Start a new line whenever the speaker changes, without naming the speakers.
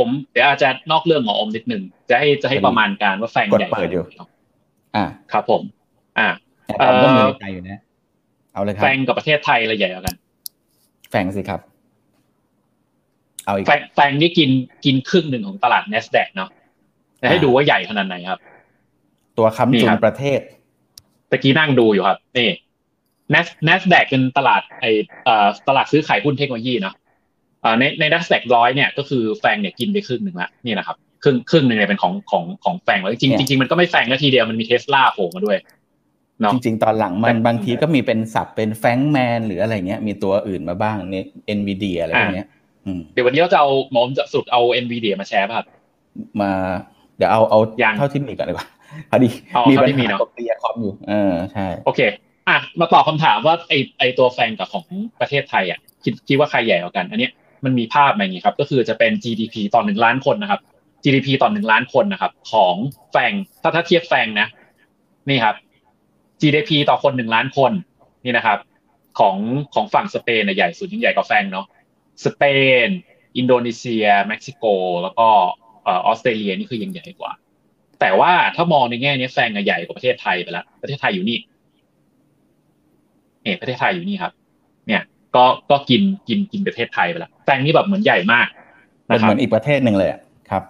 ผมเดี๋ยวอาจจะนอกเรื่องของออมนิดหนึ่งจะให้จะให้ประมาณการว่าแฟง
กด
ใหญ่
เปิดอยู่ อ่า
ครับผม อ่า
แต่ผมก็
เอ่อ
เหนื่อยใจอยู่นะ เอาเลยครั
แฟ
บ
งกับประเทศไทยอะไรใหญ่กว่ากัน
แฝงสิครับ เอาอีก
แฟงแฟงนี่กินกินครึ่งหนึ่งของตลาด N นสแดกเนาะแต่ให้
อ่า
ดูว่าใหญ่ขนาดไหนครับ
ตัว
นี่
ค้ำจุ
คน รับ
ประเทศ
ตะกี้นั่งดูอยู่ครับ นี่ n นส n นสแดกเป็นตลาดไอเอ่อตลาดซื้อขายหุ้นเทคโนโลยีเนาะอ่าในใน n นสแดกร้อยเนี่ยก็คือแฟงเนี่ยกินไปครึ่งหนึ่งละนี่นะครับ ครึ่งครึ่งหนึ่งเนี่ยเป็นของของของแฟงแล้วจริง
เนี่ย
จริงๆมันก็ไม่แฟงนาทีเดียวมันมีเทสลาโผล่มาด้วยเนาะ
จริง ๆ ตอนหลังมัน
แต่
บางทีก็มีเป็นสับเป็นแฟงแมนหรืออะไรเงี้ย มีตัวอื่นมาบ้างเนี่ยเอ็นวีเดียอะไรพวก
อ่า
เนี้ย อืม
เดี๋ยววันนี้เราจะเอาหมอมจะสรุดเอาเอ็นวีเดียมาแชร์ป่ะครับ
มา เดี๋ยวเอาเอาย
ง
เท่าที่มีก่อนดีกว่าพอดี
เอา
มี
เท่า
ปัญ
ที่มี
หา
เนอะ
กับเตียคอมอยู่เออใช่
โอเค อ่ะ มาตอบคำถามว่าไอไอตัวแฟนกับของประเทศไทยอ่ะคิดคิดว่าใครใหญ่กว่ากัน อันเนี้ยมันมีภาพมาอย่างนี้ครับ ก็คือจะเป็น GDP ต่อหนึ่งล้านคนนะครับ GDP ต่อหนึ่งล้านคนนะครับ ของแฟงถ้าถ้าเทียบแฟงนะ นี่ครับ GDP ต่อคนหนึ่งล้านคนนี่นะครับ ของของฝั่งสเปนเนี่ยใหญ่สุดยิ่งใหญ่กว่าแฟงเนาะสเปน อินโดนีเซีย เม็กซิโก แล้วก็เออออสเตรเลียนี่คือยังใหญ่กว่า แต่ว่าถ้ามองในแง่เนี้ยแฟงอะใหญ่กว่าประเทศไทยไปแล้วประเทศไทยอยู่นี่ เนี่ยประเทศไทยอยู่นี่ครับ เนี่ยก็ก็กินกินกินประเทศไทยไปแล้วแฟงนี่แบบเหมือนใหญ่มาก
เป็น
นะค
เห
รับ
มือนอีกประเทศหนึ่งเลยอะครับ